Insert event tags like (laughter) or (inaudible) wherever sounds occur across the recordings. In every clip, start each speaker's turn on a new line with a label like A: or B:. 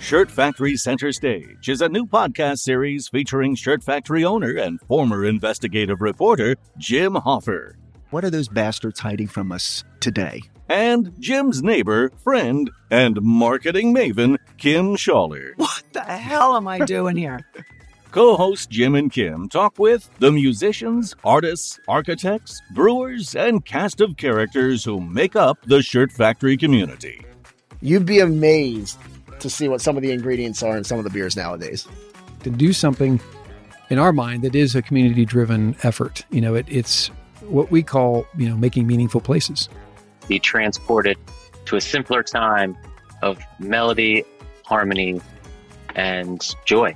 A: Shirt Factory Center Stage is a new podcast series featuring Shirt Factory owner and former investigative reporter Jim Hoffer
B: What are those bastards hiding from us today?
A: and Jim's neighbor, friend, and marketing maven Kim Schaller.
C: What the hell am I doing here?
A: Co hosts Jim and Kim talk with the musicians, artists, architects, brewers, and cast of characters who make up the Shirt Factory community.
D: You'd be amazed to see what some of the ingredients are in some of the beers nowadays.
E: to do something in our mind that is a community driven effort you know it, it's what we call you know making meaningful places
F: be transported to a simpler time of melody, harmony, and joy.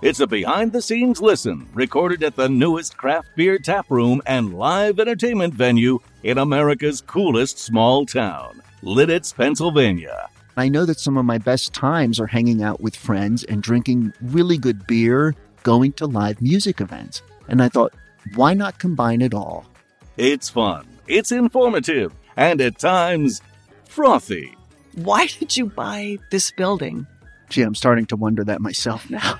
A: It's a behind the scenes listen recorded at the newest craft beer tap room and live entertainment venue in America's coolest small town, Lidditz, Pennsylvania.
B: I know that some of my best times are hanging out with friends and drinking really good beer, going to live music events. And I thought, why not combine it all?
A: It's fun, it's informative, and at times frothy.
C: Why did you buy this building?
B: Gee, I'm starting to wonder that myself (laughs) now.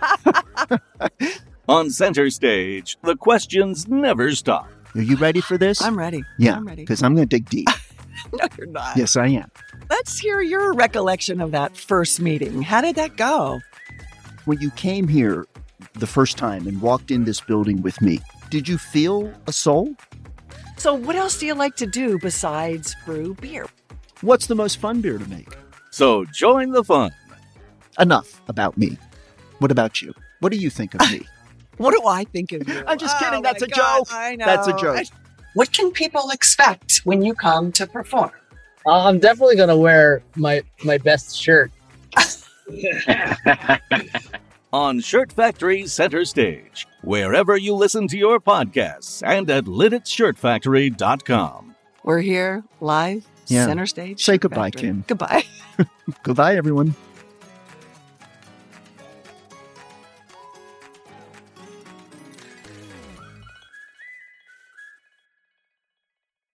A: On center stage, the questions never stop.
B: Are you ready for this?
C: I'm ready.
B: yeah,
C: I'm ready.
B: because I'm going to dig
C: (laughs)
B: deep.
C: No, you're not.
B: yes, I am.
C: Let's hear your recollection of that first meeting. How did that go?
B: When you came here the first time and walked in this building with me, did you feel a soul?
C: So, what else do you like to do besides brew beer?
B: What's the most fun beer to make?
A: So join the fun.
B: Enough about me. What about you? What do you think of me?
C: What do I think of you?
B: I'm just kidding.
C: Oh,
B: That's
C: my
B: a
C: God,
B: joke.
C: I know.
B: That's a joke.
C: What can people expect when you come to perform?
G: Uh, I'm definitely gonna wear my my best shirt.
A: on Shirt Factory Center Stage, wherever you listen to your podcasts, and at LidditShirtFactory.com.
C: We're here live,
B: Yeah.
C: center stage.
B: Say goodbye,
C: Factory.
B: Kim.
C: Goodbye.
B: Goodbye, everyone.